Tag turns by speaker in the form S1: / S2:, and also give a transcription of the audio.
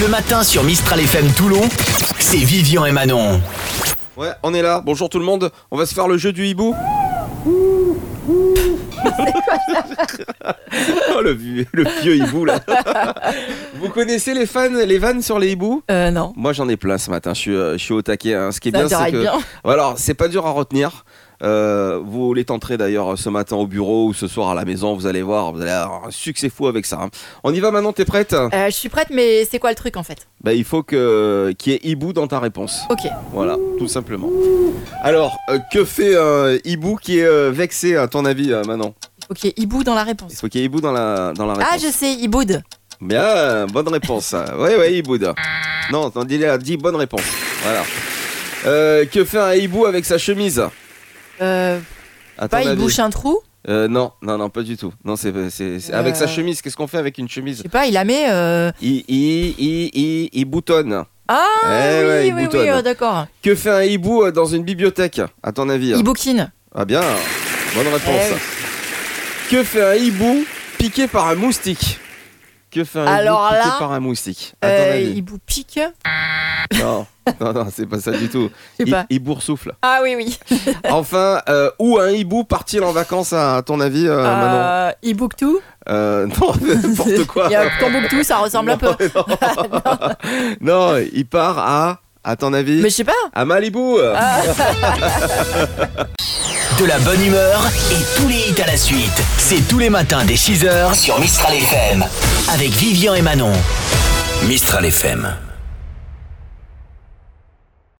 S1: Le matin sur Mistral FM Toulon, c'est Vivian et Manon.
S2: Ouais, on est là. Bonjour tout le monde. On va se faire le jeu du hibou. oh, le, vieux, le vieux hibou là. Vous connaissez les fans, les vannes sur les hiboux
S3: Euh, non.
S2: Moi j'en ai plein ce matin. Je suis, euh, je suis au taquet. hein. Ce qui est
S3: Ça
S2: bien, c'est
S3: déraille
S2: que.
S3: bien.
S2: Alors, c'est pas dur à retenir. Euh, vous les tenterez d'ailleurs ce matin au bureau ou ce soir à la maison. Vous allez voir, vous allez avoir un succès fou avec ça. hein. On y va maintenant. T'es prête
S3: Euh, je suis prête, mais c'est quoi le truc en fait
S2: Bah, il faut que qu'il y ait hibou dans ta réponse.
S3: Ok.
S2: Voilà, tout simplement. Alors, euh, que fait un hibou qui est euh, vexé, à ton avis, euh, Manon
S3: Ok, hibou dans la
S2: Il
S3: réponse.
S2: faut qu'il y ait hibou dans la, dans la réponse.
S3: Ah, je sais, hiboude.
S2: Bien, euh, bonne réponse. Ouais, ouais, hiboude. Non, on dit, dit bonne réponse. Voilà. Euh, que fait un hibou avec sa chemise
S3: Euh,
S2: À ton
S3: pas, il
S2: avis
S3: bouche un trou.
S2: Euh, Non, non, non, pas du tout. Non, c'est c'est- c'est- avec sa
S3: Euh.
S2: chemise. Qu'est-ce qu'on fait avec une
S3: Je
S2: chemise
S3: sais pas, il la met. euh,
S2: il, il, il, il- il boutonne.
S3: Ah,
S2: Eh
S3: oui,
S2: ouais, il
S3: oui, oui,
S2: boutonne.
S3: euh, d'accord.
S2: Que fait un hibou euh, dans une bibliothèque À ton avis hein
S3: Il bouquine.
S2: Ah bien, bonne réponse.
S3: Eh
S2: Que fait un hibou piqué par un moustique Que fait un
S3: Alors
S2: hibou
S3: là,
S2: piqué par un moustique À ton
S3: Euh,
S2: avis
S3: hibou pique. Je
S2: Non, non, non, c'est pas ça du tout.
S3: sais
S2: Il,
S3: pas.
S2: il boursoufle.
S3: Ah oui, oui.
S2: Enfin, euh, où un hibou part-il en vacances à, à ton avis, euh, Manon
S3: Euh, Ibuktu.
S2: Euh, Non, n'importe quoi.
S3: Il y a Tombouctou, ça ressemble un peu.
S2: non. Non, il part à, à ton avis,
S3: Mais je sais pas.
S2: à Malibu.
S1: De la bonne humeur et tous les hits à la suite. C'est tous les matins dès 6h sur Mistral FM. Avec Vivian et Manon. Mistral FM.